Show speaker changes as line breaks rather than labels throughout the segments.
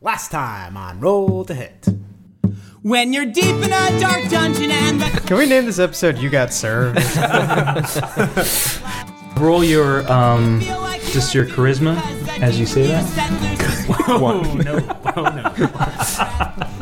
Last time on Roll to Hit.
When you're deep in a dark dungeon and the
Can we name this episode "You Got Served"? Roll your um.
feel like you're
Just your charisma as you say that.
set loose.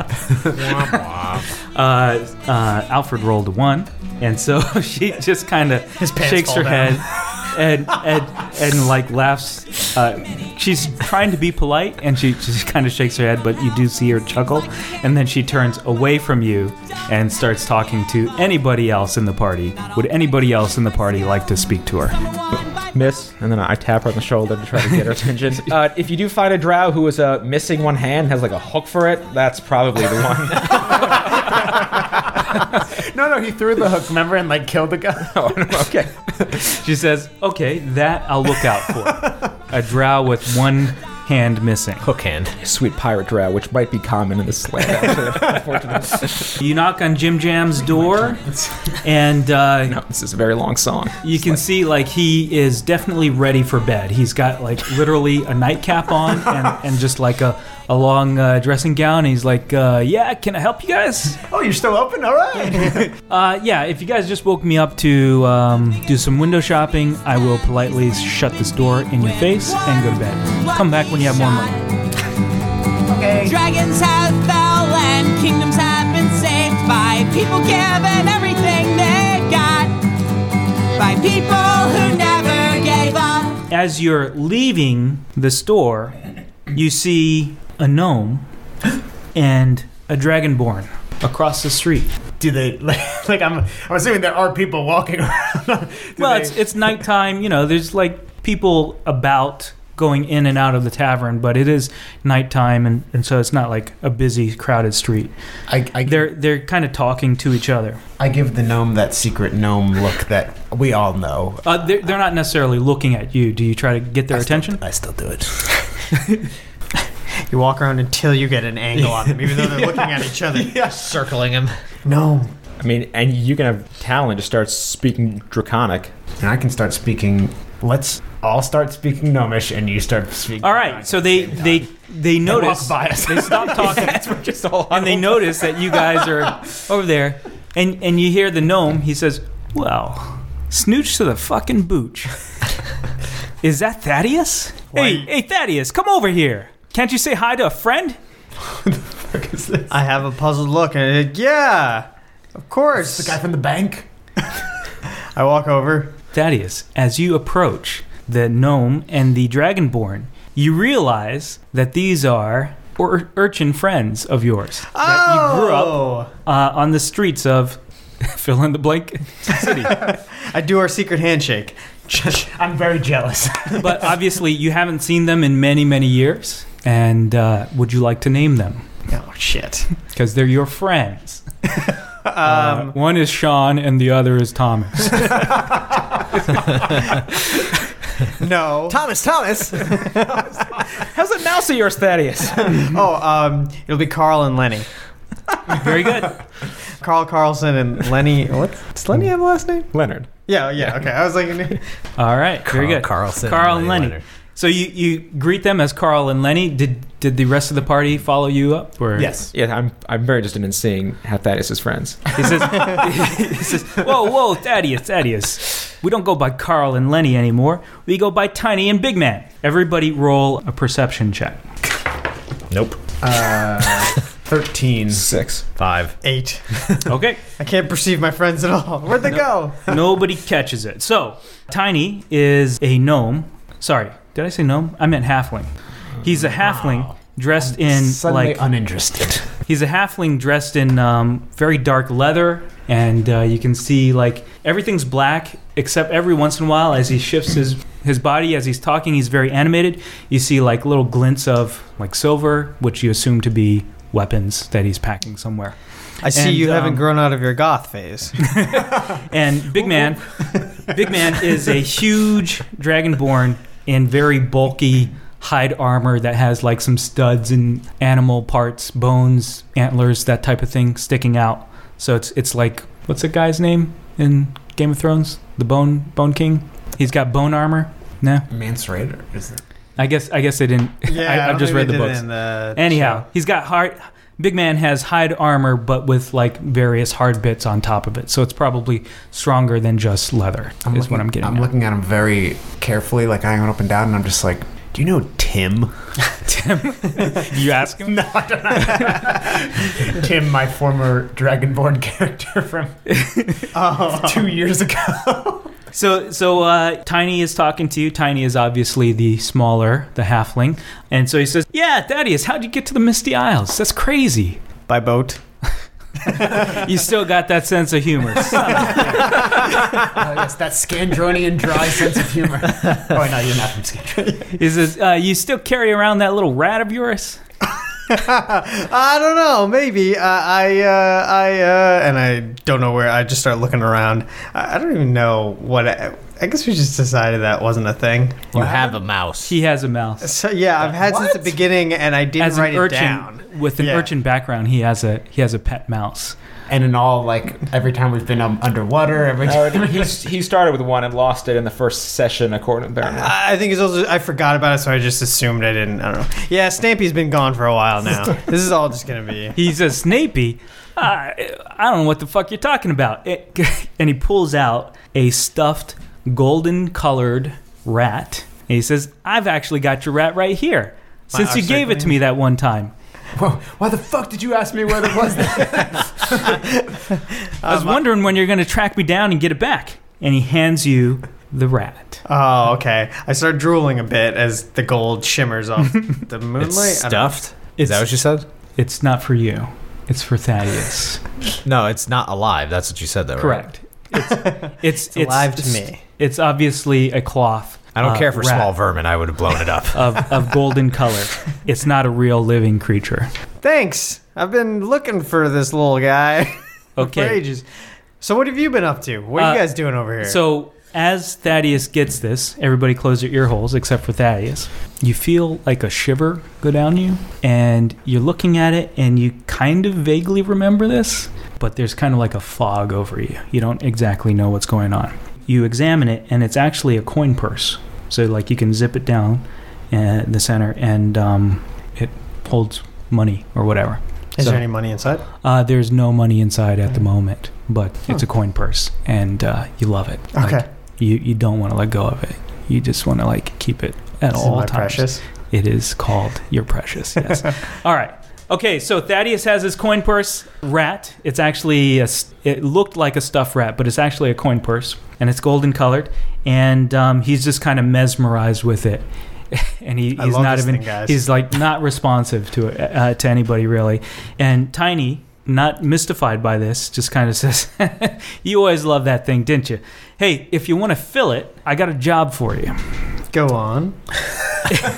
Uh, uh, Alfred rolled a one, and so she just kind of
pants
shakes her
fall down.
head and and and like laughs. Uh, she's trying to be polite, and she just kind of shakes her head, but you do see her chuckle, and then she turns away from you and starts talking to anybody else in the party. Would anybody else in the party like to speak to her?
miss, and then I tap her on the shoulder to try to get her attention. Uh, if you do find a drow who is uh, missing one hand, has like a hook for it, that's probably the one.
No, no, he threw the hook. Remember, and like killed the guy.
okay.
Oh, She says, "Okay, that I'll look out for." A drow with one hand missing.
Hook hand.
Sweet pirate drow, which might be common in this land. Actually, unfortunately.
You knock on Jim Jam's door, and uh,
No, this is a very long song.
you can see like he is definitely ready for bed. He's got like literally a nightcap on and, and just like a, a long uh, dressing gown. He's like, uh, "Yeah, can I help you guys?
Oh, you're still open? All right.
Uh, yeah, if you guys just woke me up to um, do some window shopping, I will politely shut this door in your face and go to bed. Come back when you have more money."
Dragons have fell and kingdoms have been saved by people giving everything they got. By people who never gave up.
As you're leaving the store, you see a gnome and a dragonborn across the street.
Do they like, like? I'm. I'm assuming there are people walking around. Do
well,
they-
it's it's nighttime. You know, there's like people about going in and out of the tavern, but it is nighttime, and, and so it's not like a busy, crowded street.
I, I,
They're they're kind of talking to each other.
I give the gnome that secret gnome look that we all know.
Uh, they're, they're not necessarily looking at you. Do you try to get their attention?
I still do it.
You walk around until you get an angle on them, even though they're looking at each other, circling him.
Gnome,
I mean, and you can have Talon just start speaking draconic.
and I can start speaking. Let's all start speaking gnomish, and you start speaking.
All right. So they they they
walk
notice
by us.
they stop talking.
Just all
and they notice that you guys are over there, and and you hear the gnome. He says, "Well, snooch to the fucking booch." Is that Thaddeus? Hey, hey, Thaddeus, come over here. Can't you say hi to a friend?
I have a puzzled look, and I'm like, yeah, of
The
course.
guy from the bank.
I walk over.
Thaddeus, as you approach the gnome and the dragonborn, you realize that these are ur- urchin friends of yours that you grew up
Oh,
uh, on the streets of fill in the blank city.
I do our secret handshake.
I'm very jealous.
but obviously you haven't seen them in many many years and uh, would you like to name them
Oh shit.
because they're your friends
Um,
Uh, one is sean and the other is thomas
No.
Thomas, Thomas!
How's that mouse of yours, Thaddeus?
Oh, um, it'll be Carl and Lenny.
very good
Carl Carlson and Lenny. What? Does Lenny have a last name?
Leonard.
Yeah, oh, yeah. Okay, I was like,
all right very
Uh,
good
Carlson.
carl and lenny so you, you greet them as carl and lenny did did the rest of the party follow you up or
yes.
Yeah, I'm, I'm very interested in seeing how Thaddeus is friends.
he says, he says whoa whoa thaddeus thaddeus we don't go by carl and lenny anymore we go by tiny and big man everybody roll a perception check
Nope. Uh,
Thirteen.
Six.
Five.
eight.
okay
I can't perceive my friends at all. Where'd they go?
Nobody catches it. So, Tiny is a gnome. Sorry, did I say gnome? I meant halfling. He's a halfling dressed in
Suddenly
like
uninterested.
he's a halfling dressed in um, very dark leather, and uh, you can see like everything's black except every once in a while as he shifts his his body as he's talking. He's very animated. You see like little glints of like silver, which you assume to be weapons that he's packing somewhere.
I see
And,
you haven't
um,
grown out of your goth phase.
And Big Man, Big Man is a huge dragonborn in very bulky hide armor that has like some studs and animal parts, bones, antlers, that type of thing sticking out. So it's it's like what's the guy's name in Game of Thrones? The Bone Bone King. He's got bone armor. No,
Mance Raider, is it?
I guess I guess they didn't.
Yeah,
I,
don't
I've just
think
read
they
the
did it
books.
in the
Anyhow,
show.
he's got hard. Big man has hide armor, but with like various hard bits on top of it, so it's probably stronger than just leather.
I'm
is
looking,
what I'm getting.
I'm
at.
looking at him very carefully, like eyeing up and down, and I'm just like, "Do you know Tim?"
you ask him.
Tim, my former Dragonborn character from uh, two years ago.
So, so uh, Tiny is talking to you. Tiny is obviously the smaller, the halfling, and so he says, "Yeah, Thaddeus, how'd you get to the Misty Isles? That's crazy.
by boat.
You still got that sense of humor."
Oh, yes, that Scandronian dry sense of humor. oh, no, you're not from Scandronian.
He says, uh, "You still carry around that little rat of yours?"
I don't know. Maybe uh, I, uh, I, uh, and I don't know where. I just start looking around. I, I don't even know what. I, I guess we just decided that wasn't a thing.
You have a mouse.
He has a mouse.
So yeah, I've had since the beginning, and I didn't
As
write
an
it
urchin
down.
with an
Yeah.
urchin background, he has a he has a pet mouse.
And in all, like, every time we've been um, underwater, every time.
Uh, he, he started with one and lost it in the first session, according apparently.
I I think it's also I forgot about it, so I just assumed I didn't. I don't know. Yeah, Stampy's been gone for a while now. this is all just gonna be.
He says, "Snappy, I, I don't know what the fuck you're talking about." It- and he pulls out a stuffed golden-colored rat. And he says, "I've actually got your rat right here. Since you
oxide
gave it to
gland?
me that one time,
Whoa, why the fuck did you ask me where it was?
Uh,
I was wondering when you're going to track me down and get it back." And he hands you the rat.
Oh, okay. I start drooling a bit as the gold shimmers off the moonlight.
It's
I don't-
stuffed.
It's
Is that what you said?
it's not for you. It's for Thaddeus.
No, it's not alive. That's what you said, though. right?
Correct. It's, it's,
It's alive to me.
It's obviously a cloth.
I don't
uh,
care for
rat
small vermin. I would have blown it up.
of, of golden color. It's not a real living creature.
Thanks. I've been looking for this little guy for
Okay.
ages. So what have you been up to? What are you
Uh,
guys doing over here?
So as Thaddeus gets this, everybody close their ear holes except for Thaddeus. You feel like a shiver go down you, and you're looking at it, and you kind of vaguely remember this, but there's kind of like a fog over you. You don't exactly know what's going on. You examine it, and it's actually a coin purse. So like you can zip it down at the center, and um, it holds money or whatever.
is
so-
there any money inside?
Uh, there's no money inside at the moment, but it's a coin purse, and uh, you love it. Like,
Okay.
you you don't want to let go of it. You just want to like keep it at
This is
all
my
times.
precious.
It is called your precious. Yes. all right. Okay, so Thaddeus has his coin purse rat. It's actually a, s- it looked like a stuffed rat, but it's actually a coin purse, and it's golden colored. And um, he's just kind of mesmerized with it, and he, he's
I love
not
this
even
thing, guys.
he's like not responsive to it uh, to anybody really. And Tiny, not mystified by this, just kind of says, "You always loved that thing, didn't you? Hey, if you want to fill it, I got a job for you."
Go on.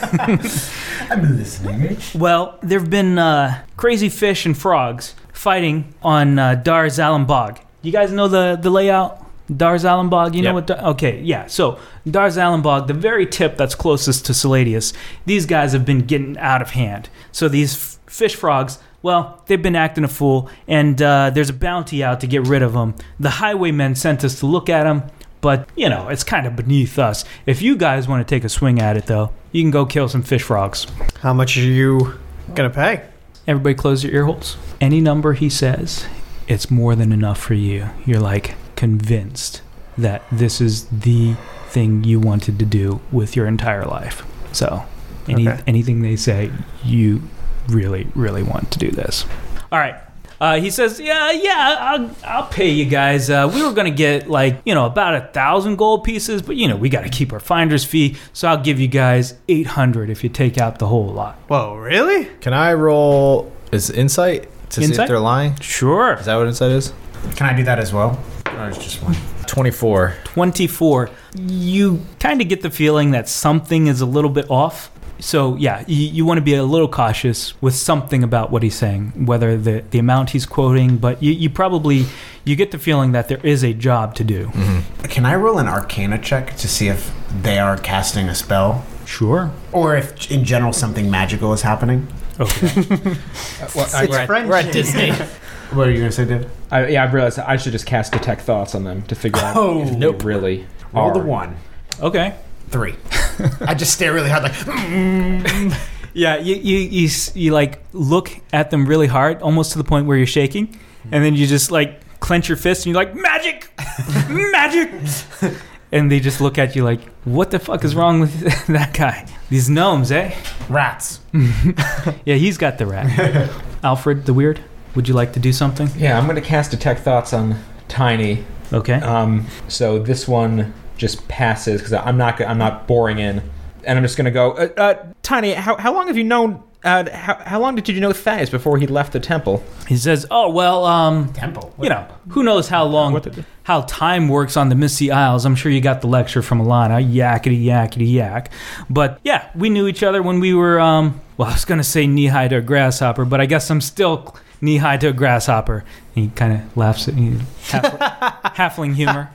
I'm listening.
Well, there have been uh, crazy fish and frogs fighting on uh, Dar Zalambog. You guys know the, the layout? Dar Zalambog, you know
Yep.
what? Dar- okay, yeah. So, Dar Zalambog, the very tip that's closest to Saladius, these guys have been getting out of hand. So, these f- fish frogs, well, they've been acting a fool, and uh, there's a bounty out to get rid of them. The highwaymen sent us to look at them, but, you know, it's kind of beneath us. If you guys want to take a swing at it, though, you can go kill some fish frogs.
How much are you gonna pay?
Everybody close your ear holes. Any number he says, it's more than enough for you. You're like convinced that this is the thing you wanted to do with your entire life. So, any
Okay.
anything they say, you really really want to do this. All right. Uh, he says, "Yeah, yeah, I'll, I'll pay you guys. Uh, we were gonna get like you know about a thousand gold pieces, but you know we got to keep our finder's fee, so I'll give you guys eight hundred if you take out the whole lot."
Whoa, really?
Can I roll? Is insight to see
Insight?
if they're lying?
Sure.
Is that what insight is?
Can I do that as well?
Or is it just one? Twenty-four.
24, you kind of get the feeling that something is a little bit off. So, yeah, you, you want to be a little cautious with something about what he's saying, whether the, the amount he's quoting, but you, you probably you get the feeling that there is a job to do.
Can I roll an arcana check to see if they are casting a spell?
Sure.
Or if, in general, something magical is happening?
Okay.
Uh,
It's friendship.
Disney.
What are you going to say, David?
I, yeah, I've realized I should just cast detect thoughts on them to figure out
Oh.
if they
Nope.
really
Roll
are.
the one.
okay.
Three.
I just stare really hard, like,
"Mm,
Yeah, you, you, you, s- you like look at them really hard, almost to the point where you're shaking, and then you just like clench your fist and you're like, magic! magic! and they just look at you like, what the fuck is wrong with that guy? These gnomes, eh?
Rats.
Yeah, he's got the rat. Alfred the Weird, would you like to do something?
Yeah, I'm gonna cast detect thoughts on Tiny.
Okay.
Um, so this one just passes because I'm not go- I'm not boring in, and I'm just gonna go. Uh, uh, Tiny, how, how long have you known? Uh, how, how long did you know Thaddeus before he left the temple?
He says, "Oh well, um,
Temple.
you know, who knows how long,
What did-
how time works on the Misty Isles. I'm sure you got the lecture from Alana, yakety yakety yak. But yeah, we knew each other when we were, um, well, I was gonna say knee high to a grasshopper, but I guess I'm still knee high to a grasshopper." And he kind of laughs at you, half, halfling humor.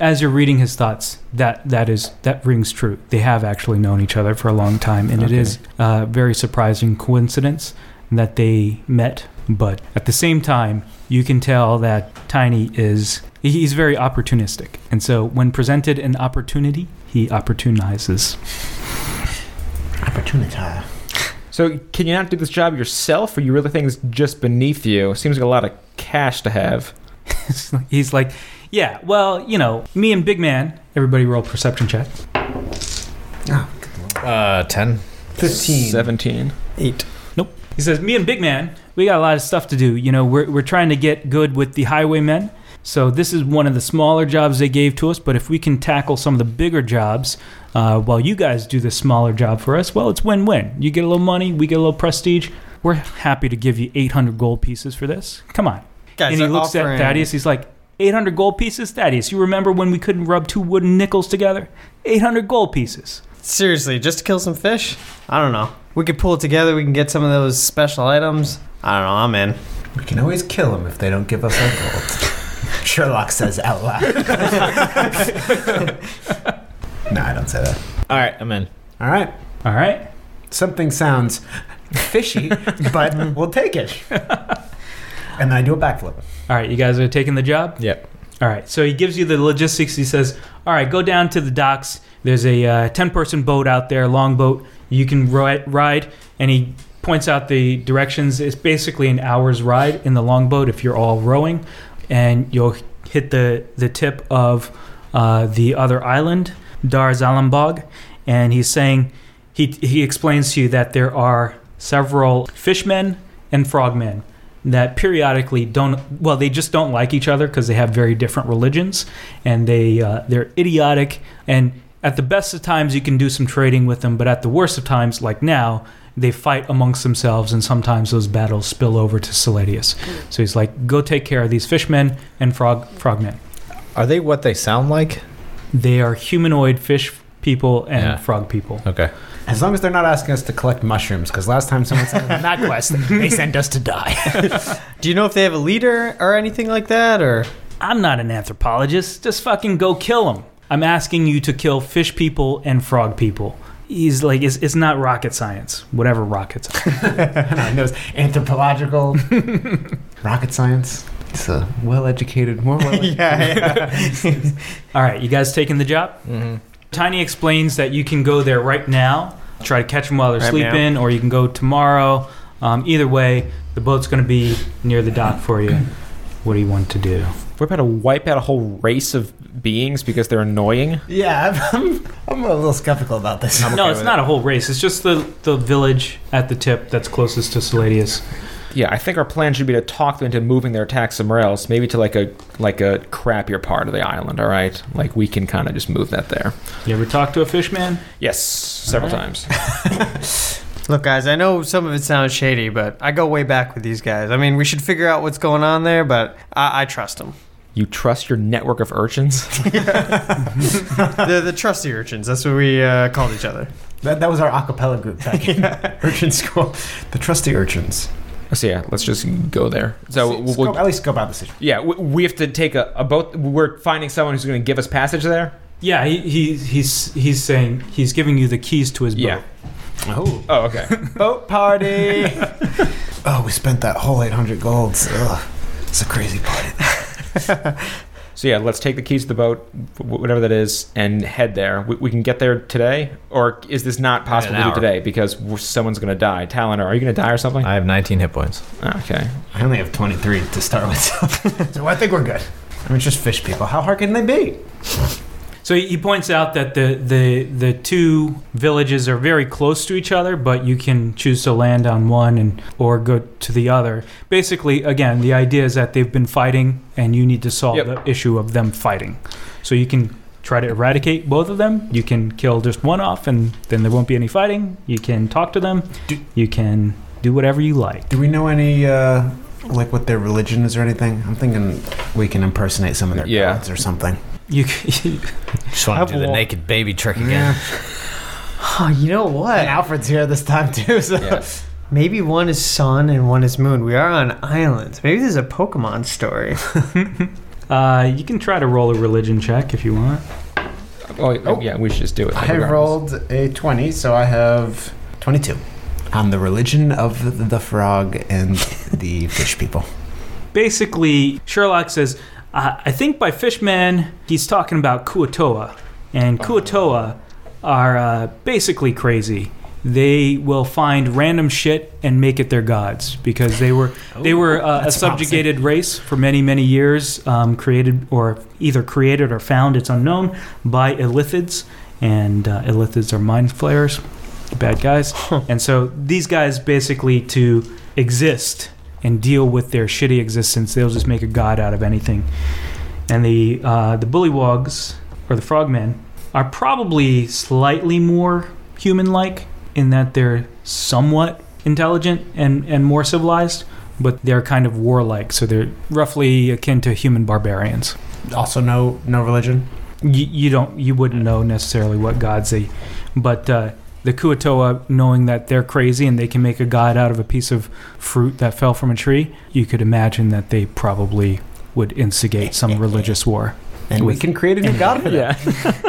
As you're reading his thoughts, that that is that rings true. They have actually known each other for a long time, and it is a very surprising coincidence that they met. But at the same time, you can tell that Tiny is he's very opportunistic, and so when presented an opportunity, he opportunizes.
opportunity.
So can you not do this job yourself, or you really think it's just beneath you? Seems like a lot of cash to have.
he's like, yeah, well, you know, me and Big Man. Everybody roll perception check.
Uh, ten.
15.
Seventeen.
He says, Me and Big Man, we got a lot of stuff to do. You know, we're, we're trying to get good with the highwaymen. So this is one of the smaller jobs they gave to us. But if we can tackle some of the bigger jobs uh, while you guys do this smaller job for us, well, it's win win. You get a little money, we get a little prestige. We're happy to give you 800 gold pieces for this. Come on.
Guys,
and he
they're
looks
offering-
at Thaddeus. He's like, 800 gold pieces? Thaddeus, you remember when we couldn't rub two wooden nickels together? 800 gold pieces.
Seriously, just to kill some fish? I don't know. We could pull it together. We can get some of those special items. I don't know. I'm in.
We can always kill them if they don't give us our gold.
Sherlock says out loud.
no, I don't say that.
All right, I'm in.
All right.
All right.
Something sounds fishy, but we'll take it. And then I do a backflip.
All right, you guys are taking the job?
Yep.
All right, so he gives you the logistics. He says, All right, go down to the docks. There's a 10 person boat out there, longboat. You can ri- ride. And he points out the directions. It's basically an hour's ride in the longboat if you're all rowing. And you'll hit the, the tip of uh, the other island, Dar Zalambog. And he's saying, he, he explains to you that there are several fishmen and frogmen that periodically don't well they just don't like each other because they have very different religions and they uh, they're idiotic and at the best of times you can do some trading with them but at the worst of times like now they fight amongst themselves and sometimes those battles spill over to Seladius. so he's like go take care of these fishmen and frog frogmen
Are they what they sound like?
they are humanoid fish people and
Yeah.
frog people
Okay.
As long as they're not asking us to collect mushrooms, because last time someone said
On that quest, they send us to die.
Do you know if they have a leader or anything like that? Or
i'm not an anthropologist just fucking go kill them i'm asking you to kill fish people and frog people he's like it's, it's not rocket science whatever rocket science
and those anthropological rocket science. It's a well-educated, more well-educated.
yeah, yeah.
All right, you guys taking the job? Mm-hmm. Tiny explains that you can go there right now, try to catch them while they're
Right
sleeping, or you can go tomorrow. Um, either way, the boat's going to be near the dock for you. What do you want to do?
We're about to wipe out a whole race of beings because they're annoying.
yeah, I'm, I'm, I'm a little skeptical about this.
no, it's not a whole race. It's just the, the village at the tip that's closest to Saladius.
Yeah, I think our plan should be to talk them into moving their attack somewhere else, maybe to like a like a crappier part of the island. All right, like we can kind of just move that there.
You ever talk to a fishman?
Yes, several times.
Look, guys, I know some of it sounds shady, but I go way back with these guys. I mean, we should figure out what's going on there, but I, I trust them.
You trust your network of urchins?
They're the trusty urchins. That's what we uh, called each other.
That, that was our acapella group back in urchin school. The trusty urchins.
So yeah, let's just go there. So
S-
we'll,
scope- at least scope out the situation.
yeah, we, we have to take a, a boat. We're finding someone who's going to give us passage there.
Yeah, he, he, he's, he's saying he's giving you the keys to his boat.
Yeah.
Oh,
Oh, okay.
Boat party.
oh, we spent that whole 800 golds. Ugh, it's a crazy party.
So yeah, let's take the keys to the boat, wh- whatever that is, and head there. We, we can get there today, or is this not possible to do
hour.
today because w- someone's going to die? Talon, are you going to die or something? Ah,
I have 19 hit points.
okay.
I only have 23 to start with, so- so I think we're good. I mean, it's just fish people. How hard can they be?
So he he points out that the, the the two villages are very close to each other, but you can choose to land on one and or go to the other. Basically, again, the idea is that they've been fighting, and you need to solve
Yep.
the issue of them fighting. So you can try to eradicate both of them. You can kill just one off, and then there won't be any fighting. You can talk to them.
Do-
you can do whatever you like.
Do we know any, uh, like what their religion is or anything? I'm thinking we can impersonate some of their
Yeah.
gods or something.
You. c-
Just want
Have
to do the
one.
naked baby trick again.
Oh, you know what?
And Alfred's here this time too, so
Yeah.
Maybe one is sun and one is moon. We are on islands. Maybe this is a Pokemon story.
uh, you can try to roll a religion check if you want.
Oh, oh, yeah, we should just do it.
I
regardless.
rolled a 20, so I have 22. On the religion of the frog and the fish people.
basically, Sherlock says, I, I think by fishman, he's talking about Kuotoa. And Kuotoa are uh, basically crazy. They will find random shit and make it their gods because they were they were uh, a subjugated race for many many years, um, created or either created or found. It's unknown by Illithids, and uh, Illithids are mind flayers, bad guys. And so these guys basically to exist and deal with their shitty existence. They'll just make a god out of anything. And the uh, the bullywogs or the frogmen are probably slightly more human-like in that they're somewhat intelligent and and more civilized, but they're kind of warlike. So they're roughly akin to human barbarians.
Also, no, no religion.
You, you don't you wouldn't know necessarily what gods they, but. Uh, the Kuotoa, knowing that they're crazy and they can make a god out of a piece of fruit that fell from a tree, you could imagine that they probably would instigate some religious war.
And we can create a new god for them.
Yeah.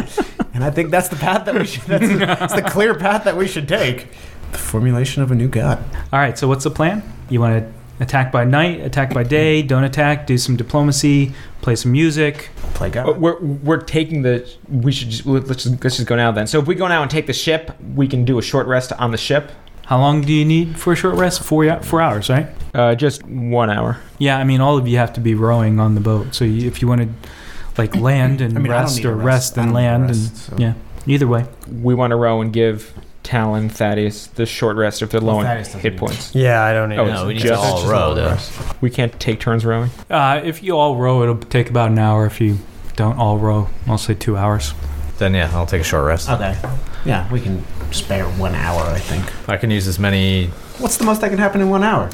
And I think that's the path that we should, that's the, that's the clear path that we should take. The formulation of a new god.
All right, so what's the plan? You want to attack by night, attack by day, don't attack, do some diplomacy, play some music.
Play
Uh,
god.
We're we're taking the. We should just let's just, let's just go now then. So if we go now and take the ship, we can do a short rest on the ship.
How long do you need for a short rest? Four, y- four hours, right?
Uh, just one hour.
Yeah, I mean, all of you have to be rowing on the boat. So you, if you want to, like, land and
I mean, I don't
rest
need to
or
rest.
rest,
I
and
don't need to
land, and
rest, so-
yeah, either way.
We want to row and give Talon Thaddeus the short rest if they're low on
Thaddeus doesn't
hit
need
points.
yeah, I don't even
Oh,
know.
it's
no, we need to
just-
all row, though.
We can't take turns rowing.
Uh, if you all row, it'll take about an hour. If you don't all row, I'll say two hours.
Then, yeah, I'll take a short rest.
Okay. Yeah, we can spare one hour, I think.
I can use as many,
What's the most that can happen in one hour?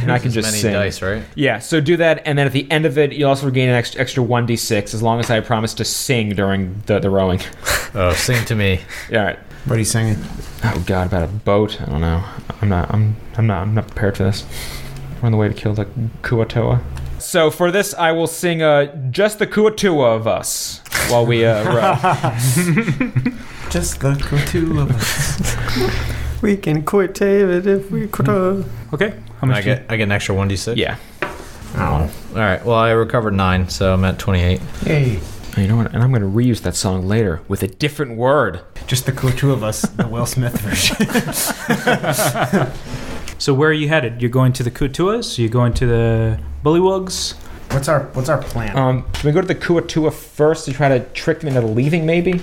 And I can
as
just
many
sing.
dice, right?
Yeah, so do that, and then at the end of it, you also regain an extra, extra 1d6 as long as I promise to sing during the, the rowing.
Oh, sing to me.
All right.
What are you singing?
Oh god, about a boat. I don't know. I'm not. I'm. I'm not. I'm not prepared for this. We're on the way to kill the Kuatoa. So for this, I will sing uh, just the Kuatoa of us while we uh, row.
Just the two of us.
We can quit David if we uh. quit.
Okay? How
I
much? do you-
get, I get an extra 1d6?
yeah.
Oh.
All right, well, I recovered 9, so I'm at 28.
Hey.
You know what? And I'm gonna reuse that song later with a different word.
Just the two of us, the Will Smith version.
So where are you headed? You're going to the Kutuas? You're going to the Bullywugs?
What's our What's our plan?
Um, can we go to the Kuatoa first to try to trick them into leaving? Maybe.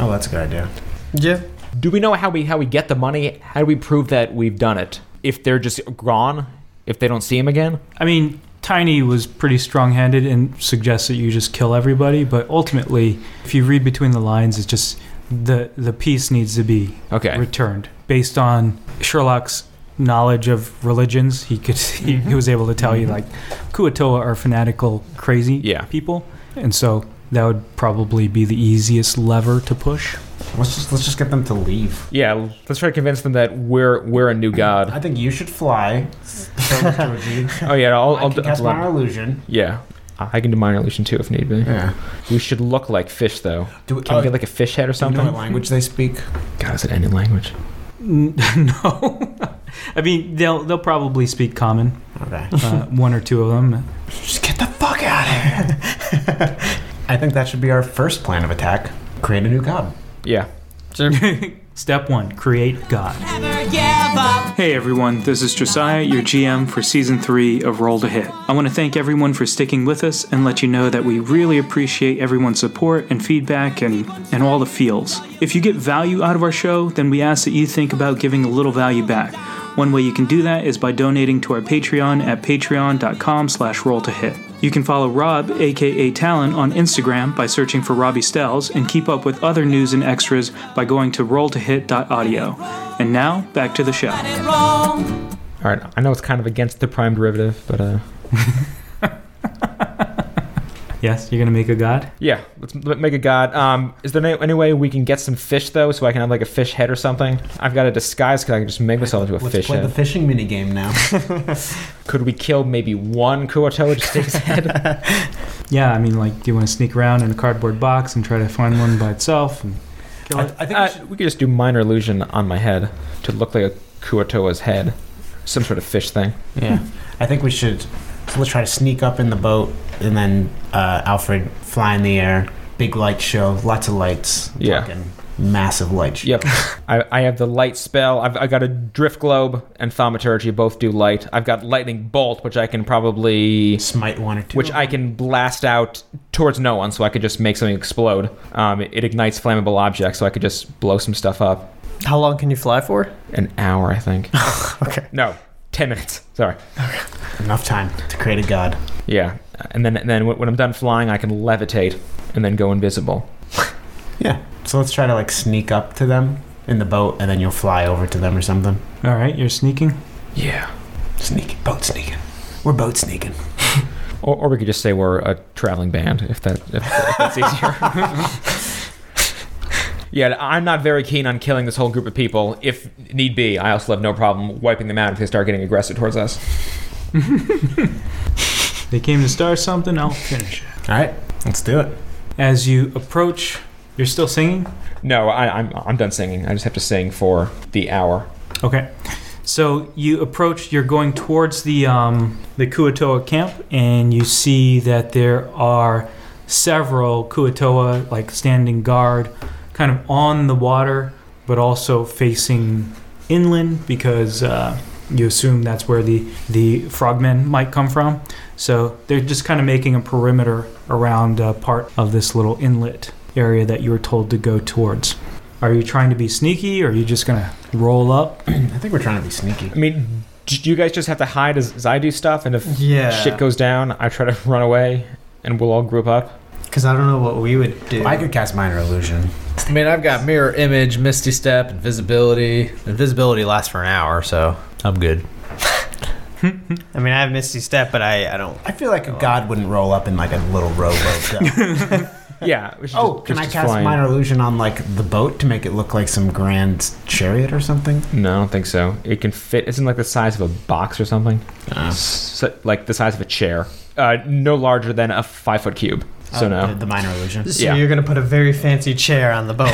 oh, that's a good idea.
Yeah.
Do we know how we how we get the money? How do we prove that we've done it? If they're just gone, if they don't see him again?
I mean, Tiny was pretty strong handed and suggests that you just kill everybody, but ultimately, if you read between the lines, it's just the, the piece needs to be
Okay.
returned. Based on Sherlock's knowledge of religions, he could he,
Mm-hmm.
he was able to tell you like Kuatoa are fanatical, crazy
Yeah.
people. And so that would probably be the easiest lever to push.
Let's just Let's just get them to leave.
Yeah, let's try to convince them that we're we're a new god.
I think you should fly. So, Georgie,
Oh yeah, I'll,
I
I'll,
can
do-
cast
I'll-
minor illusion.
yeah, I I can do minor illusion too if need be.
Yeah.
We should look like fish though.
Do we,
Can
oh,
we get like a fish head or
do you
something?
know what language they speak?
God, is it any language?
N- no. I mean, they'll they'll probably speak common,
Okay.
uh, one or two of them.
Just get the fuck out of here. I think that should be our first plan of attack. Create a new god.
Yeah.
Step one create God.
Never give up.
Hey everyone, this is Josiah, your GM for season three of Roll to Hit. I want to thank everyone for sticking with us and let you know that we really appreciate everyone's support and feedback and, and all the feels. If you get value out of our show, then we ask that you think about giving a little value back. One way you can do that is by donating to our Patreon at patreon.com slash roll to hit. You can follow Rob, aka Talon, on Instagram by searching for Robbie Stells and keep up with other news and extras by going to rolltohit.audio. And now, back to the show.
it roll.
All right. I know it's kind of against the prime derivative, but uh,
Yes, you're gonna make a god.
yeah. Let's m- make a god. Um, is there any, any way we can get some fish though, so I can have like a fish head or something? I've got a disguise because I can just make myself into a
Let's
fish
play
head.
the fishing mini game now.
Could we kill maybe one Kuotoa just take his head?
Yeah, I mean, like, do you want to sneak around in a cardboard box and try to find one by itself? And
I, think Uh, we, could just do minor illusion on my head to look like a Kuotoa's head, some sort of fish thing.
yeah. I think we should. So let's try to sneak up in the boat and then uh, Alfred fly in the air. Big light show. Lots of lights.
Yeah.
Fucking Massive light show.
Yep. I, I have the light spell. I've I got a drift globe and thaumaturgy both do light. I've got lightning bolt, which I can probably
Smite one or two.
which I can blast out towards no one, so I could just make something explode. Um, it ignites flammable objects, so I could just blow some stuff up.
How long can you fly for?
An hour, I think.
Okay.
No, ten minutes. Sorry.
Enough time to create a god.
Yeah, and then and then when when I'm done flying, I can levitate and then go invisible.
Yeah. So let's try to like sneak up to them in the boat and then you'll fly over to them or something.
all right, you're sneaking.
Yeah.
Sneaking. Boat sneaking. We're boat sneaking.
Or, or we could just say we're a traveling band if that if, if that's easier. yeah, I'm not very keen on killing this whole group of people. If need be, I also have no problem wiping them out if they start getting aggressive towards us.
They came to start something. I'll finish it.
All right. Let's do it.
As you approach, you're still singing.
No, I, I'm I'm done singing. I just have to sing for the hour.
Okay. So you approach, you're going towards the um, the Kuatoa camp, and you see that there are several Kuatoa, like standing guard, kind of on the water, but also facing inland because uh, you assume that's where the, the frogmen might come from. So they're just kind of making a perimeter around uh, part of this little inlet area that you were told to go towards. Are you trying to be sneaky, or are you just going to roll up?
I think we're trying to be sneaky.
I mean, do you guys just have to hide as, as I do stuff? And if
Yeah.
shit goes down, I try to run away, and we'll all group up.
Because I don't know what we would do.
I could cast minor illusion.
I mean, I've got mirror image, misty step, invisibility. Invisibility lasts for an hour, so I'm good.
I mean, I have Misty Step, but I, I don't.
I feel like a god wouldn't roll up in like a little rowboat. though.
Yeah. we should
oh,
just-
can
just-
I
just
cast
fly in.
minor illusion on like the boat to make it look like some grand chariot or something?
No, I don't think so. It can fit. Isn't like the size of a box or something?
Ah.
S- like the size of a chair. Uh, no larger than a five foot cube. So
Oh,
no.
The, the minor illusion.
So
Yeah.
you're gonna put a very fancy chair on the boat,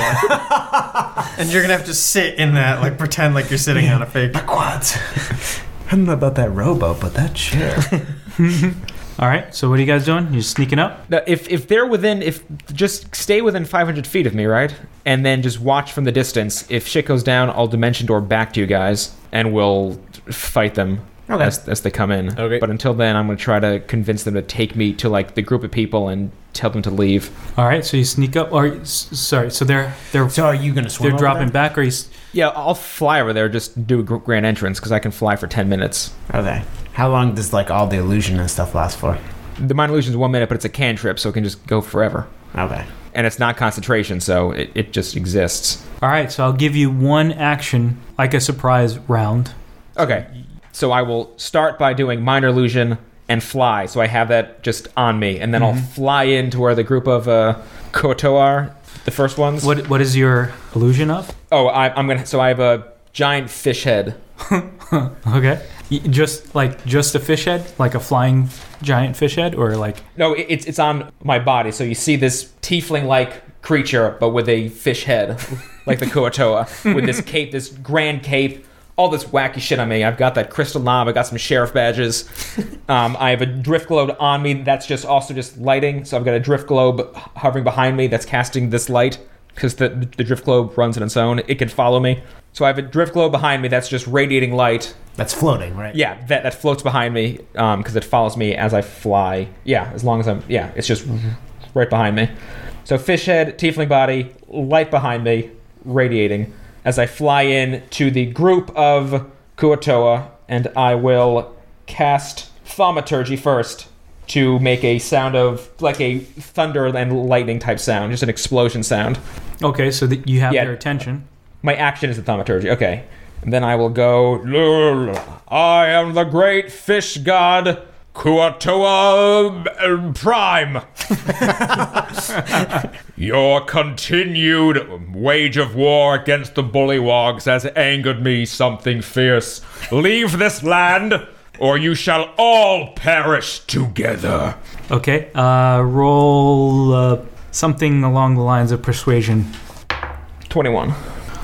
and you're gonna have to sit in that, like pretend like you're sitting on a fake.
quads. I don't know about that rowboat, but that chair.
All right. So what are you guys doing? You're sneaking up.
Now, if if they're within, if just stay within five hundred feet of me, right, and then just watch from the distance. If shit goes down, I'll dimension door back to you guys, and we'll fight them.
Okay.
As, as they come in.
Okay.
But until then, I'm going to try to convince them to take me to like the group of people and tell them to leave.
All right. So you sneak up. Or s- sorry. So they're they're
So are you gonna swim?
they're
over
dropping
there?
back. Or you, s-
Yeah, I'll fly over there. Just do a gr- grand entrance because I can fly for ten minutes.
Okay. How long does like all the illusion and stuff last for?
The mind illusion is one minute, but it's a cantrip, so it can just go forever.
Okay.
And it's not concentration, so it, it just exists.
all right. So I'll give you one action, like a surprise round.
Okay, so I will start by doing minor illusion and fly, so I have that just on me, and then I'll fly in to where the group of uh, Koto are, the first ones.
What what is your illusion of?
Oh, I, I'm gonna. So I have a giant fish head.
Okay. Y- Just like just a fish head, like a flying giant fish head, or like
No, it, it's it's on my body, so you see this tiefling-like creature, but with a fish head, like the Kuotoa, with this cape, this grand cape. all this wacky shit on me. I've got that crystal knob. I got some sheriff badges. um, I have a drift globe on me. That's just also just lighting. So I've got a drift globe hovering behind me that's casting this light because the the drift globe runs on its own. It can follow me. So I have a drift globe behind me that's just radiating light.
That's floating, right?
Yeah, that, that floats behind me because it follows me as I fly. Yeah, as long as I'm. Yeah, it's just right behind me. So fish head, tiefling body, light behind me, radiating as I fly in to the group of Kuatoa, and I will cast thaumaturgy first to make a sound of like a thunder and lightning type sound, just an explosion sound.
Okay, so that you have
Yeah.
their attention.
My action is the thaumaturgy. Okay. And then I will go. "Lul, I am the great fish god Kuatoa uh, Prime. Your continued wage of war against the bullywogs has angered me something fierce. Leave this land, or you shall all perish together.
Okay, uh, roll uh, something along the lines of persuasion.
21.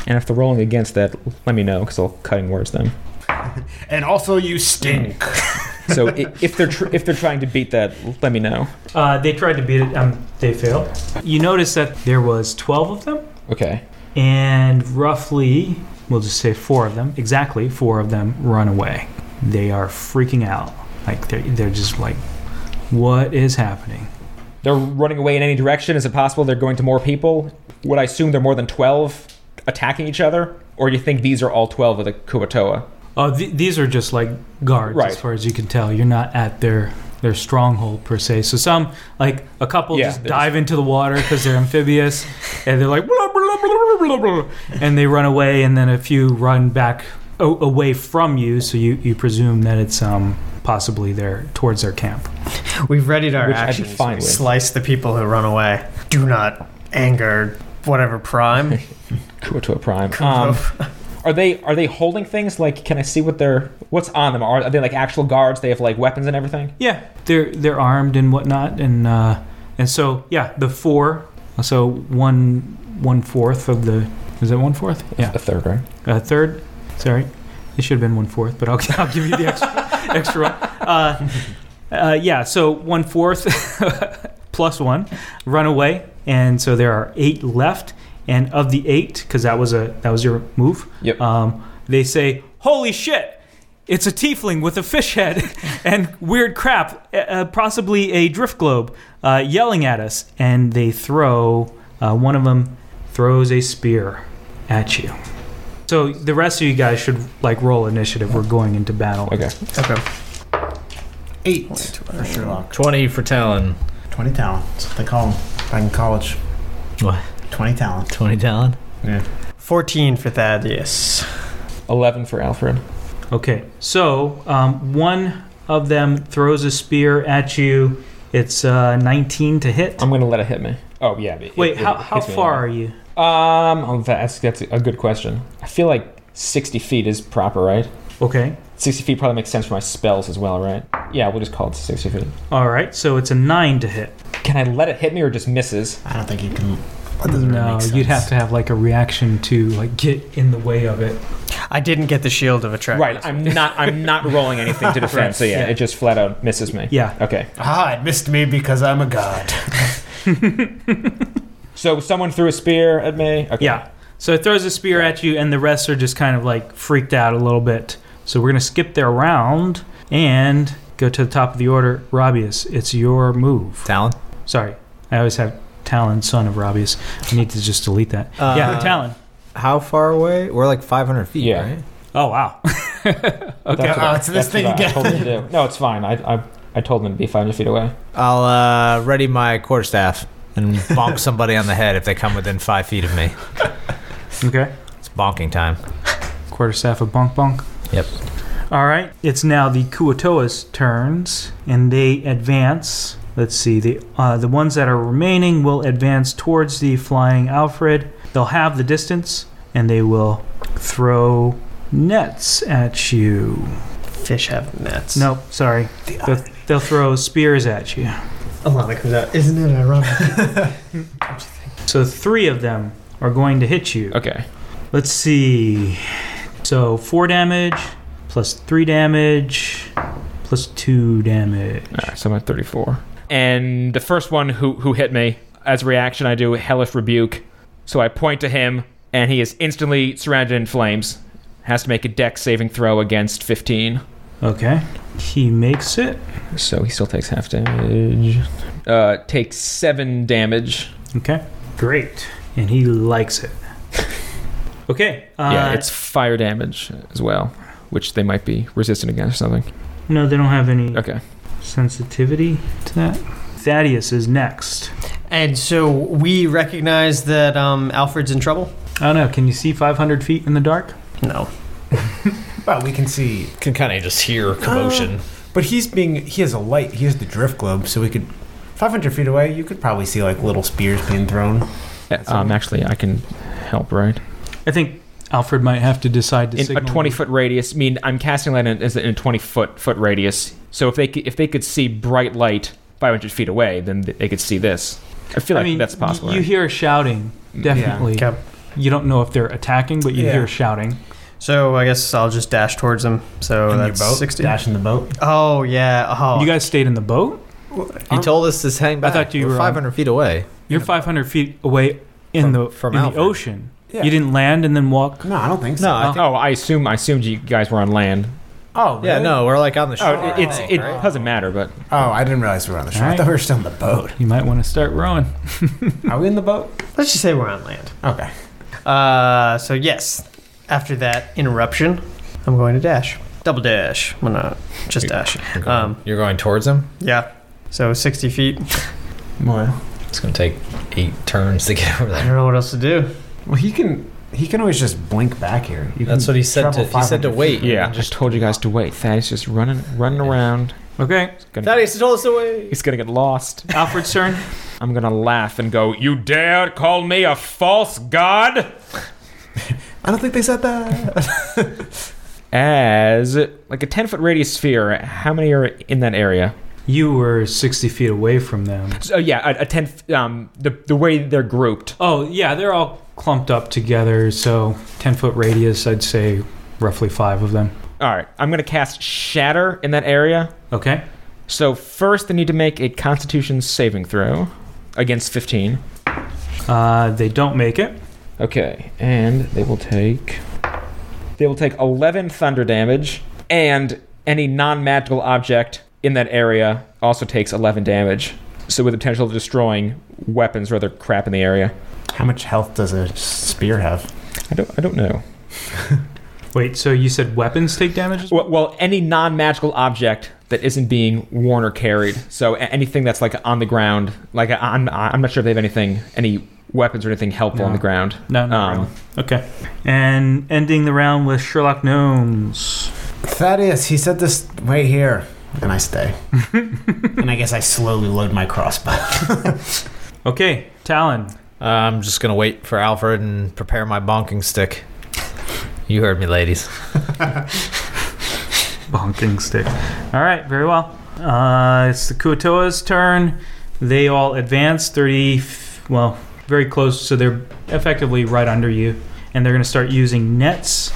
And if they're rolling against that, let me know, because I'll cut in words then.
And also, you stink.
So i- if they're tr- if they're trying to beat that, let me know.
Uh, they tried to beat it, um, they failed. You notice that there was 12 of them,
Okay.
and roughly, we'll just say four of them, exactly four of them run away. They are freaking out. Like, they're, they're just like, what is happening?
They're running away in any direction. Is it possible they're going to more people? Would I assume they're more than 12 attacking each other? Or do you think these are all 12 of the Kuatoa?
Oh, th- these are just like guards,
Right.
as far as you can tell. You're not at their their stronghold per se. So some, like a couple,
Yeah,
just
they're
dive into the water because they're amphibious, and they're like blah, blah, blah, blah, blah, blah, and they run away, and then a few run back o- away from you. So you you presume that it's um possibly their towards their camp.
We've readied our
Which I'd be
actions.
fine
We
with.
slice the people who run away. Do not anger whatever prime.
Kuatoa Prime. Um, are they are they holding things? Like, can I see what they're what's on them? Are, are they like actual guards? They have like weapons and everything.
Yeah, they're they're armed and whatnot, and uh, and so yeah, the four. So one one fourth of the is it one fourth? Yeah,
A third, right?
Uh, third, sorry, it should have been one fourth, but I'll, I'll give you the extra. extra one. Uh, uh, yeah, so one fourth plus one run away, and so there are eight left. And of the eight, because that was a that was your move.
Yep.
Um, they say, "Holy shit!" It's a tiefling with a fish head and weird crap, uh, uh, possibly a drift globe, uh, yelling at us. And they throw, uh, one of them throws a spear at you. So the rest of you guys should like roll initiative. We're going into battle.
Okay.
Okay.
Eight for Sherlock.
20 for Talon.
Twenty talent. That's what they call them back in college.
What?
Twenty talent.
20 Talon?
14 for Thaddeus.
11 for Alfred.
Okay, so um, one of them throws a spear at you. It's uh, 19 to hit.
I'm gonna let it hit me. Oh yeah. it-
Wait,
it-
how,
it
how
hits Um, me
far
anyway.
are you?
Um, oh, that's that's a good question. I feel like 60 feet is proper, right?
Okay,
60 feet probably makes sense for my spells as well, right? Yeah, we'll just call it 60 feet.
all right, so it's a 9 to hit.
Can I let it hit me or just misses?
I don't think you can. That doesn't really
No,
make sense.
you'd have to have like a reaction to like get in the way of it.
I didn't get the shield of attraction.
Right, I'm not I'm not rolling anything to defend, so yeah,
yeah.
it just flat out misses me.
Yeah.
Okay.
Ah, it missed me because I'm a god.
So someone threw a spear at me. Okay.
Yeah. So it throws a spear at you, and the rest are just kind of like freaked out a little bit. So we're going to skip their round and go to the top of the order. Robius, it's your move.
Talon?
Sorry, I always have Talon, son of Robius. I need to just delete that.
Uh,
yeah, Talon.
How far away? We're like 500 feet,
Yeah.
right?
Oh, wow.
That's
Okay.
what-
Oh, it's this
that's
thing
what I
again.
told him to do. No, it's fine. I, I I told them to be 500 feet away.
I'll uh, ready my quarterstaff and bonk somebody on the head if they come within five feet of me.
okay.
It's bonking time.
Quarterstaff of Bonk Bonk.
Yep.
All right. It's now the Kuotoa's turns, and they advance. Let's see. The uh, the ones that are remaining will advance towards the flying Alfred. They'll have the distance, and they will throw nets at you.
Fish have nets.
Nope, sorry. They'll, they'll throw spears at you.
Alana comes out. Isn't it ironic?
So three of them are going to hit you.
Okay.
Let's see. So four damage, plus three damage, plus two damage.
All right, so I'm at 34. And the first one who who hit me, as a reaction, I do hellish rebuke. So I point to him, and he is instantly surrounded in flames. Has to make a deck saving throw against 15.
Okay. He makes it.
So he still takes half damage. Uh, takes seven damage.
Okay. Great. And he likes it. Okay. Uh,
yeah, it's fire damage as well, which they might be resistant against or something.
no, they don't have any
Okay.
sensitivity to that. Thaddeus is next.
And so we recognize that um, Alfred's in trouble.
I don't know. Can you see 500 feet in the dark?
No.
Well, we can see,
Can kind of just
Oh.
hear commotion.
but he's being he has a light. He has the drift globe, so we could. 500 feet away, you could probably see like little spears being thrown.
Um, actually, I can help, right?
I think Alfred might have to decide to
in a
signal.
20 foot radius. I mean, I'm casting light in, is in a 20 foot foot radius. So if they c- if they could see bright light 500 feet away, then th- they could see this. I feel like
I mean,
that's possible.
You
right?
hear shouting, definitely.
Okay.
You don't know if they're attacking, but you
Yeah.
hear shouting.
So I guess I'll just dash towards him. So
in
that's
your boat,
60.
dash in the boat.
Oh yeah. Oh.
You guys stayed in the boat.
He told us to hang back.
thought you
We're
were on-
500 feet away.
You're 500 feet away in
From-
the
from
in the
Alfred.
ocean.
Yeah.
You didn't land and then walk.
No, I don't think so.
No, I
Oh.
think,
oh, I assume I assumed you guys were on land.
Oh, really?
yeah, no, we're like on the
Oh,
shore.
it- it's it
right?
doesn't matter, but
Oh, I didn't realize we were on the shore. I
Alright.
thought we were still in the boat.
You might want to start rowing.
Are we in the boat?
Let's just say we're on land.
Okay.
Uh, so yes, after that interruption, I'm going to dash. Double dash. I'm not just dash.
You're going,
Um,
you're going towards him.
yeah. So 60 feet.
Well,
It's gonna take eight turns to get over
I
there.
don't know what else to do.
well, he can he can always just blink back here. You
That's
can
what he said. To,
travel
he said to
500
wait.
yeah, I
and
just
Just
told you guys to wait. Thaddeus just running running around.
Okay,
He's gonna,
Thaddeus told us to wait.
he's gonna get lost.
Alfred's turn.
I'm gonna laugh and go. You dare call me a false god?
I don't think they said that.
As like a 10 foot radius sphere. How many are in that area?
You were 60 feet away from them.
So yeah, a, a ten. f- Um, the the way they're grouped.
Oh yeah, they're all clumped up together. So 10 foot radius, I'd say roughly five of them.
All right, I'm gonna cast Shatter in that area.
Okay.
So first, they need to make a Constitution saving throw against 15.
Uh, they don't make it.
Okay, and they will take they will take 11 thunder damage, and any non-magical object in that area also takes 11 damage. So with the potential of destroying weapons or other crap in the area.
How much health does a spear have?
I don't I don't know.
Wait, so you said weapons take damage? as well?
Well, well, any non-magical object that isn't being worn or carried. So a- anything that's like on the ground, like I'm, I'm not sure if they have anything, any weapons or anything helpful on
No.
the ground.
No, no.
Um,
really. Okay. And ending the round with Sherlock Gnomes.
Thaddeus, he said this right here, and I stay. and I guess I slowly load my crossbow.
Okay, Talon.
Uh, I'm just gonna wait for Alfred and prepare my bonking stick. You heard me, ladies.
Bonking stick. All right, very well. Uh, it's the Kuotoa's turn. They all advance 30, f- well, very close, so they're effectively right under you. And they're going to start using nets,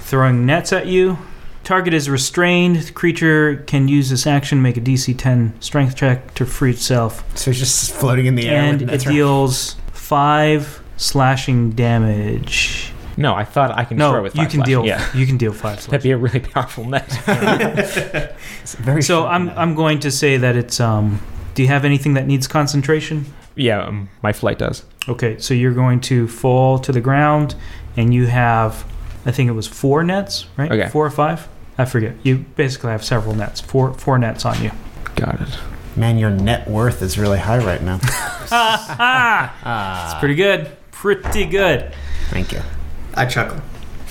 throwing nets at you. Target is restrained. The creature can use this action, to make a DC 10 strength check to free itself.
so he's just floating in the air.
and
with
it
nets around.
deals 5 slashing damage.
no, I thought I can throw
No,
with
you
five
can
flash.
deal.
Yeah,
You can deal five. slashing.
that'd be a really powerful net.
It's very
So
short
I'm
now.
I'm going to say that it's um. Do you have anything that needs concentration?
yeah, um, my flight does.
Okay, so you're going to fall to the ground, and you have, I think it was four nets, right?
Okay.
Four or five? I forget. You basically have several nets. Four four nets on you.
Got it.
man, your net worth is really high right now.
ah, ah,
Ah,
it's pretty good. Pretty good.
thank you.
I chuckle.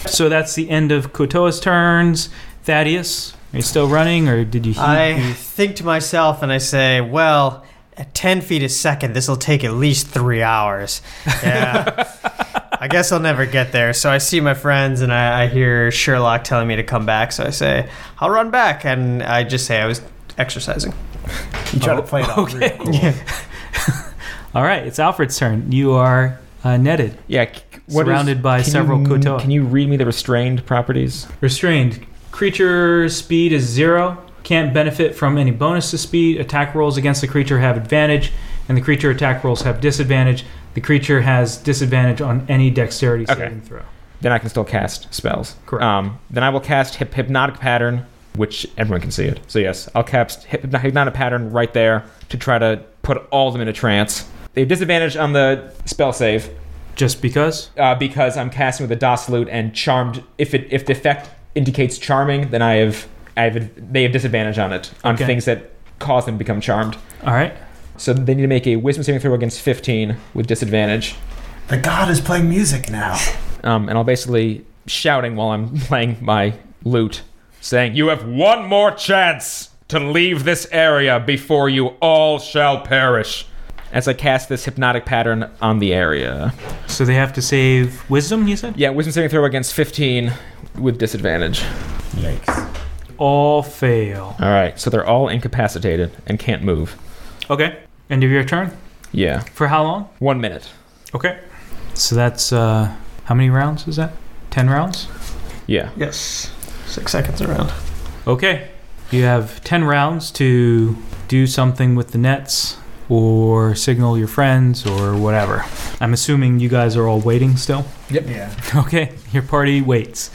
So that's the end of Kotoa's turns. Thaddeus, are you still running, or did you?
I think to myself and I say, well, at 10 feet a second, this will take at least three hours. Yeah. I guess I'll never get there. So I see my friends and I, I hear Sherlock telling me to come back. So I say, I'll run back. And I just say I was exercising.
You try to play it off real cool.
All right, it's Alfred's turn. You are uh, netted.
Yeah, c- What is-
surrounded by
can you-
several Kotoa.
Can you read me the restrained properties?
Restrained. Creature speed is zero. Can't benefit from any bonus to speed. Attack rolls against the creature have advantage, and the creature attack rolls have disadvantage. The creature has disadvantage on any dexterity
Okay.
saving throw.
Then I can still cast spells.
Correct.
Um, then I will cast hip, hypnotic pattern, which everyone can see it. So yes, I'll cast hip, hypno- hypnotic pattern right there to try to put all of them in a trance. They have disadvantage on the spell save
Just because?
uh, because I'm casting with a Daslut and charmed. If it if the effect indicates charming, then I have I have they have disadvantage on it on
Okay.
things that cause them to become charmed.
All right.
So they need to make a wisdom saving throw against 15 with disadvantage.
The god is playing music now.
um, and I'll basically shouting while I'm playing my lute, saying, "You have one more chance to leave this area before you all shall perish." As I cast this hypnotic pattern on the area,
So they have to save wisdom, you said?
yeah, wisdom saving throw against 15 with disadvantage.
Yikes.
All fail.
All right, so they're all incapacitated and can't move.
Okay. End of your turn.
Yeah,
For how long?
one minute.
Okay. So that's uh, how many rounds is that? 10 rounds?
Yeah,
Yes. Six seconds around.
Okay. You have 10 rounds to do something with the nets or signal your friends or whatever. I'm assuming you guys are all waiting still.
Yeah.
Okay. Your party waits.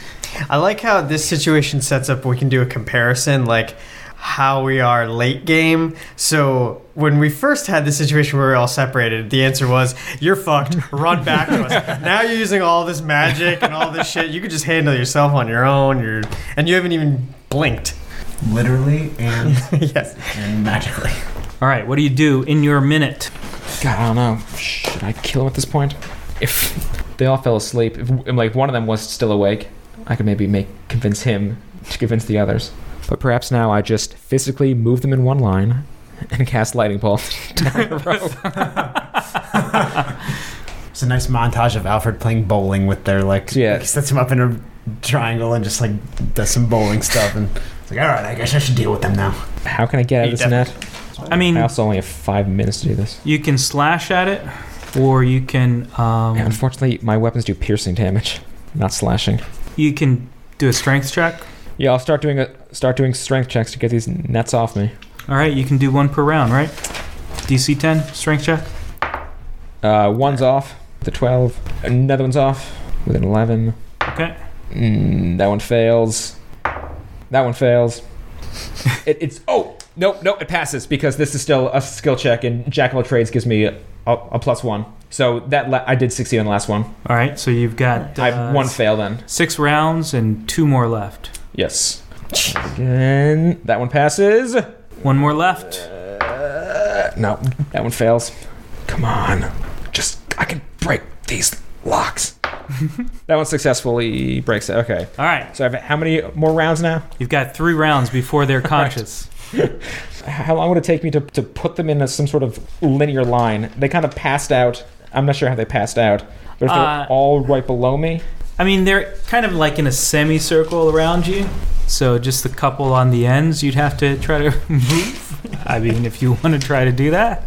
I like how this situation sets up. We can do a comparison, like how we are late game. So when we first had this situation where we were all separated, the answer was you're fucked. Run back to us. now you're using all this magic and all this shit. You could just handle yourself on your own. You're and you haven't even blinked.
Literally and,
yes.
and magically.
All right. What do you do in your minute?
God, I don't know. Should I kill him at this point? If they all fell asleep, if like one of them was still awake, I could maybe make convince him to convince the others. But perhaps now I just physically move them in one line and cast lightning bolt. down the rope.
It's a nice montage of Alfred playing bowling with their like.
Yeah.
He sets him up in a triangle and just like does some bowling stuff and. It's like, all right, I guess I should deal with them now.
How can I get out of this net?
I mean,
I also only have five minutes to do this.
you can slash at it or you can um,
Yeah, unfortunately, my weapons do piercing damage, not slashing.
you can do a strength check.
Yeah, I'll start doing a start doing strength checks to get these nets off me.
All right. You can do one per round, right? DC 10 strength check.
Uh, one's off with a 12. Another one's off with an 11.
Okay.
Mm, that one fails. That one fails. it, it's. Oh! Nope, nope, it passes because this is still a skill check, and Jack of all trades gives me a, a plus one. So that la- I did succeed on the last one.
All right. So you've got
I have
uh,
one fail then.
six rounds and two more left.
Yes. Again. That one passes.
One more left.
Uh, no, that one fails. Come on. Just, I can break these locks. that one successfully breaks it. Okay.
All right.
So I have how many more rounds now?
You've got three rounds before they're conscious.
How long would it take me to, to put them in a, some sort of linear line? They kind of passed out. I'm not sure how they passed out, but if they're
Uh,
all right below me,
I mean, they're kind of like in a semicircle around you. So just the couple on the ends, you'd have to try to move. I mean, if you want to try to do that.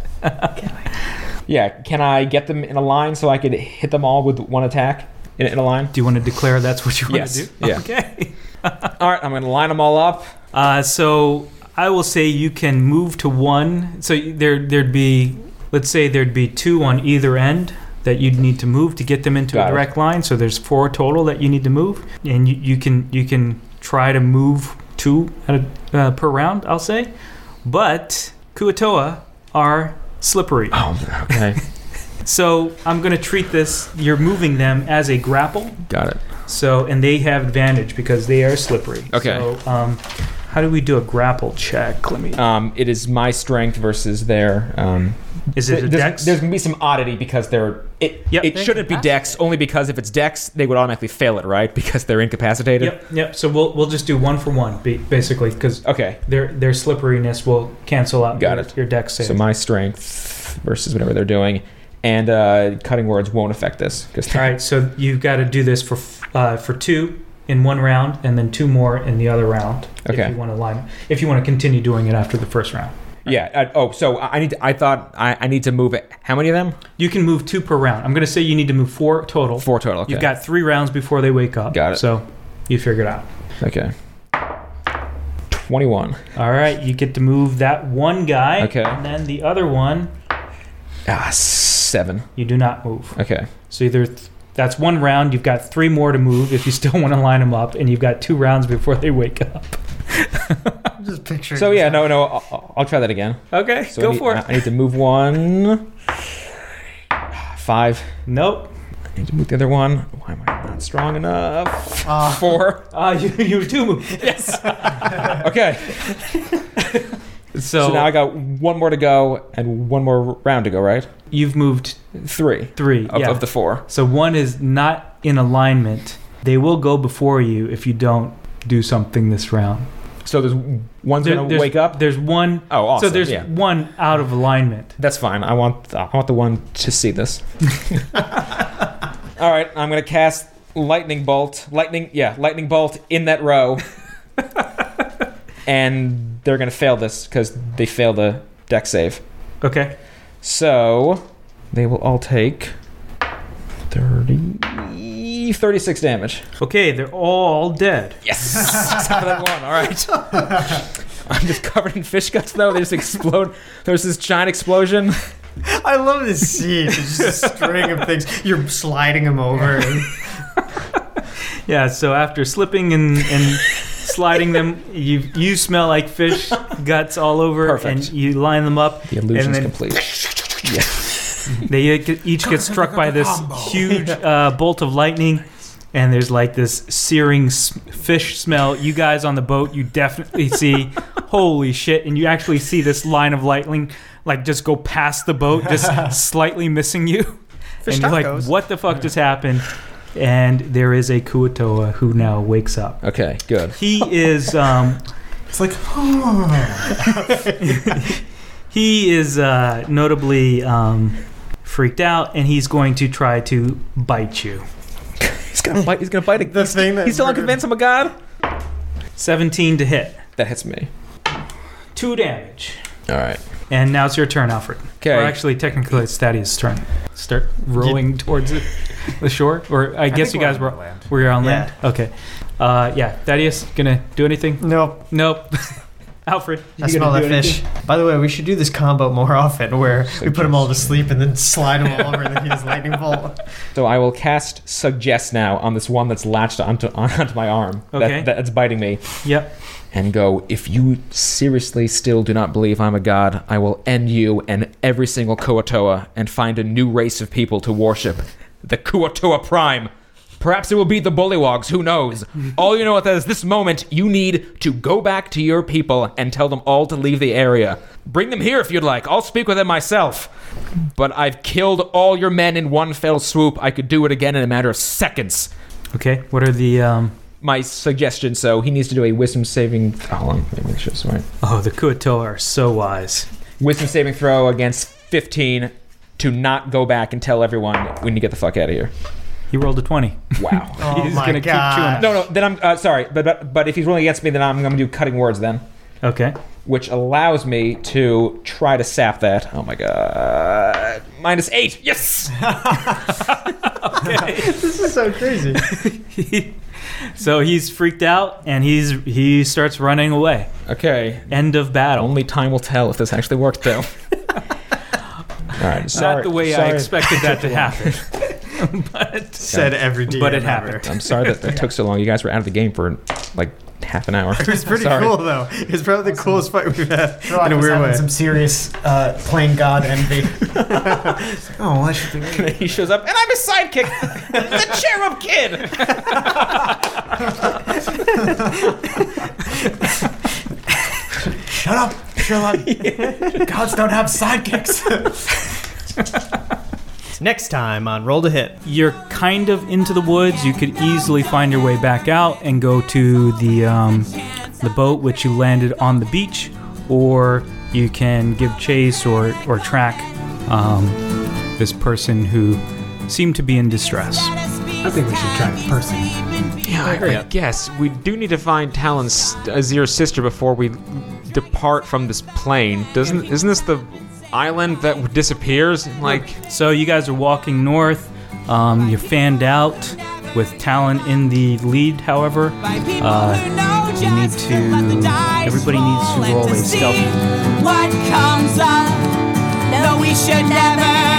yeah. Can I get them in a line so I could hit them all with one attack in, in a line?
Do you want to declare that's what you want
Yes,
to do?
yeah.
Okay.
All right, I'm gonna line them all up.
Uh, so I will say you can move to one. So there, there'd be, let's say there'd be two on either end that you'd need to move to get them into
Got
a
it.
direct line. So there's four total that you need to move, and you, you can you can try to move two at a, uh, per round. I'll say, but Kuatoa are slippery.
Oh, okay,
So I'm gonna treat this. You're moving them as a grapple.
got it.
So and they have advantage because they are slippery.
Okay.
So um, how do we do a grapple check? Let me.
Um, it is my strength versus their. Um,
Is it a
there's,
dex?
there's gonna be some oddity because they're. It,
Yep.
it shouldn't be dex only because if it's dex, they would automatically fail it, right? Because they're incapacitated.
Yep, yep. So we'll we'll just do one for one, ba- basically, because
Okay.
their their slipperiness will cancel out
Got
your,
it.
your deck save.
So my strength versus whatever they're doing, and uh, cutting words won't affect this. 'cause-
All right, so you've got to do this for f- uh, for two in one round, and then two more in the other round.
Okay.
If you want to line, if you want to continue doing it after the first round. Okay.
Yeah. Uh, oh, so I I need. To, I thought I, I need to move it. How many of them?
You can move two per round. I'm going to say you need to move four total.
Four total. Okay.
You've got three rounds before they wake up.
Got it.
So you figure it out.
Okay. Twenty-one.
All right, you get to move that one guy.
Okay.
And then the other one,
Ah, seven.
you do not move.
Okay.
So either th- that's one round. You've got three more to move if you still want to line them up, and you've got two rounds before they wake up.
I'm just picturing.
So
this
yeah,
out.
no, no. I'll- I'll, I'll try that again.
Okay,
So
go
I need,
for it.
I, I need to move one. Five.
nope.
I need to move the other one. Why am I not strong enough?
Ah.
Four.
Uh, you, you do move. Yes.
Okay.
So,
so now I got one more to go and one more round to go. Right.
you've moved
Three.
three.
Of,
yeah.
of the four.
so one is not in alignment. They will go before you if you don't do something this round.
So there's one's
There-
gonna
there's-
wake up.
There's one.
Oh, awesome.
So there's
yeah.
one out of alignment.
That's fine. I want I want the one to see this. All right, I'm gonna cast lightning bolt. Lightning, yeah, lightning bolt in that row, and they're gonna fail this because they failed a deck save.
Okay.
So they will all take 30, 36 damage.
Okay, they're all dead.
Yes, except for that one. All right. I'm just covered in fish guts though. They just explode. There's this giant explosion.
I love this scene. It's just a string of things. You're sliding them over.
Yeah, so after slipping and, and sliding them, you you smell like fish guts all over,
Perfect.
and you line them up.
The illusion's
And then-
complete.
They e- each get struck by this huge uh, bolt of lightning, and there's like this searing s- fish smell. You guys on the boat, you definitely see, holy shit, and you actually see this line of lightning like just go past the boat, just slightly missing you.
Fish
and you're like,
tacos.
what the fuck just happened? And there is a Kuatoa who now wakes up.
Okay, good.
He is. Um,
It's like,
he is uh, notably um, freaked out, and he's going to try to bite you.
He's gonna bite. He's gonna bite.
the thing that
He's still unconvinced I'm a god.
Seventeen to hit.
That hits me.
Two damage.
All right.
And now it's your turn, Alfred.
Okay.
Or actually, technically, it's Thaddeus' turn. Start rowing towards the, the shore, or I, guess you
think
guys
we're
were
on land.
were you on
Yeah. Mm.
land. Okay. Uh, yeah. Thaddeus, gonna do anything?
Nope.
Nope. Alfred, you
I
gonna
smell that
do
fish.
anything?
By the way, we should do this combo more often where we put them all to sleep and then slide them all over and then he has lightning bolt.
So I will cast suggest now on this one that's latched onto onto my arm. that-
Okay.
that's biting me,
Yep.
and go. If you seriously still do not believe I'm a god, I will end you and every single Kuatoa, and find a new race of people to worship, the Kuatoa Prime. Perhaps it will be the Bullywogs, who knows? All you know is that at this moment, you need to go back to your people and tell them all to leave the area. Bring them here if you'd like. I'll speak with them myself. But I've killed all your men in one fell swoop. I could do it again in a matter of seconds.
Okay. What are the? Um,
My suggestion, so he needs to do a wisdom saving. Hold on, let me make sure it's right.
oh, the Kuatoa are so wise.
Wisdom saving throw against 15 to not go back and tell everyone we need to get the fuck out of here.
He rolled a twenty.
Wow.
Oh
He's
my
gonna keep chewing
god.
No, no. Then I'm uh, sorry, but, but but if he's rolling against me, then I'm gonna do cutting words then,
Okay.
which allows me to try to sap that. Oh my god, minus eight. Yes.
This is so crazy.
so he's freaked out and he's he starts running away.
Okay.
End of battle.
Only time will tell if this actually worked though. All right. Sorry.
Not the way I
sorry.
expected that to happen. but
Said every DM
But it
member.
happened.
I'm sorry that that took so long. You guys were out of the game for like half an hour.
It was pretty
Sorry.
cool though. It's probably the coolest fight we've had
Sherlock
in a
was
weird
having
way.
some serious uh, playing God envy. oh, I should be.
he shows up, and I'm his sidekick, the cherub kid.
Shut up, Sherlock. Gods don't have sidekicks.
Next time on Roll to Hit.
you're kind of into the woods. You could easily find your way back out and go to the um, the boat which you landed on the beach, or you can give chase or or track um, this person who seemed to be in distress.
Let us be
I think we should try the person.
Yeah, I, I guess we do need to find Talon's uh, Azir's sister before we depart from this plane. Doesn't isn't this the island that disappears? Like,
So you guys are walking north. Um, you're fanned out with Talon in the lead, however. Uh, you need to. Everybody needs to roll a stealth.
What comes up? No, we should never